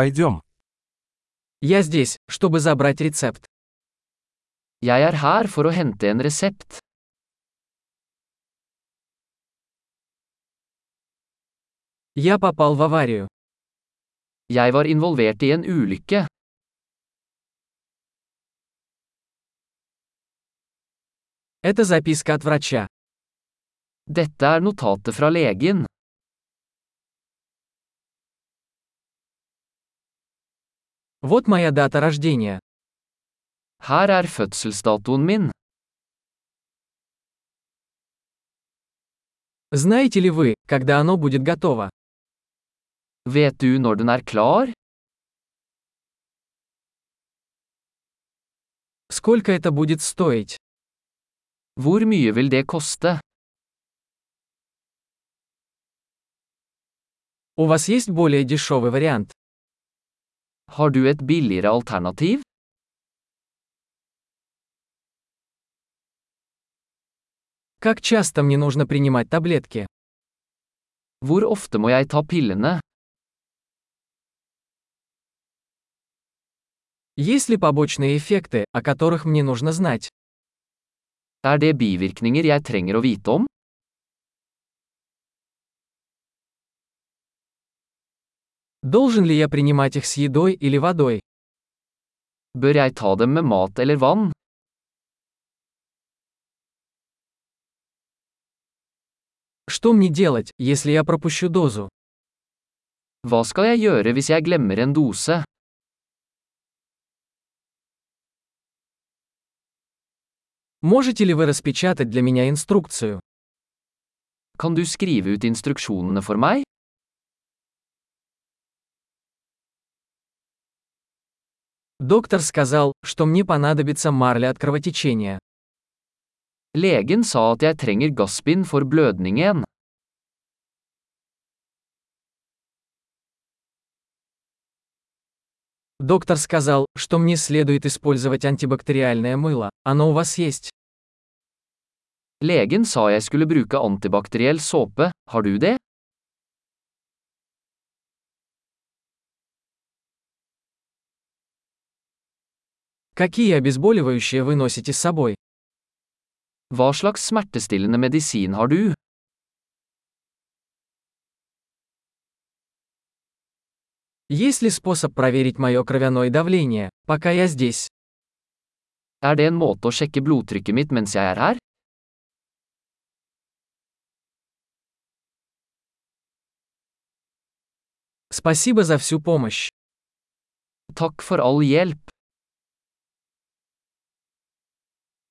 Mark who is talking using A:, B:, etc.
A: Пойдем.
B: Я здесь, чтобы забрать рецепт.
C: Jeg er her for å hente en resept.
B: Я попал в аварию.
C: Jeg var involvert i en ulykke.
B: Это записка от врача.
C: Dette er notatet fra legen.
B: Вот моя дата рождения.
C: Her er fødselsdatoen min.
B: Знаете ли вы, когда оно будет готово?
C: Vet du når den er klar?
B: Сколько это будет стоить?
C: Hvor mye vil det koste?
B: У вас есть более дешевый вариант?
C: Har du et billigere alternativ?
B: Как часто мне нужно принимать таблетки?
C: Hvor ofte må jeg ta pillene?
B: Есть ли побочные эффекты, о которых мне нужно знать?
C: Er det bivirkninger jeg trenger å vite om?
B: Должен ли я принимать их с едой или водой?
C: Bør jeg ta dem med mat eller vann?
B: Что мне делать, если я пропущу дозу?
C: Hva skal jeg gjøre hvis jeg glemmer en dose?
B: Можете ли вы распечатать для меня инструкцию?
C: Kan du skrive ut instruksjonene for meg?
B: Доктор сказал, что мне понадобится марля от кровотечения.
C: Legen sa at jeg trenger gassbind for blødningen.
B: Доктор сказал, что мне следует использовать антибактериальное мыло. Оно у вас есть?
C: Legen sa jeg skulle bruke antibakteriell såpe, har du det?
B: Какие обезболивающие вы носите с собой?
C: Hva slags smertestillende medisin har du?
B: Есть ли способ проверить мое кровяное давление, пока я здесь?
C: Er det en måte å sjekke blodtrykket mitt mens jeg er her?
B: Спасибо за всю помощь.
C: Takk for all hjelp.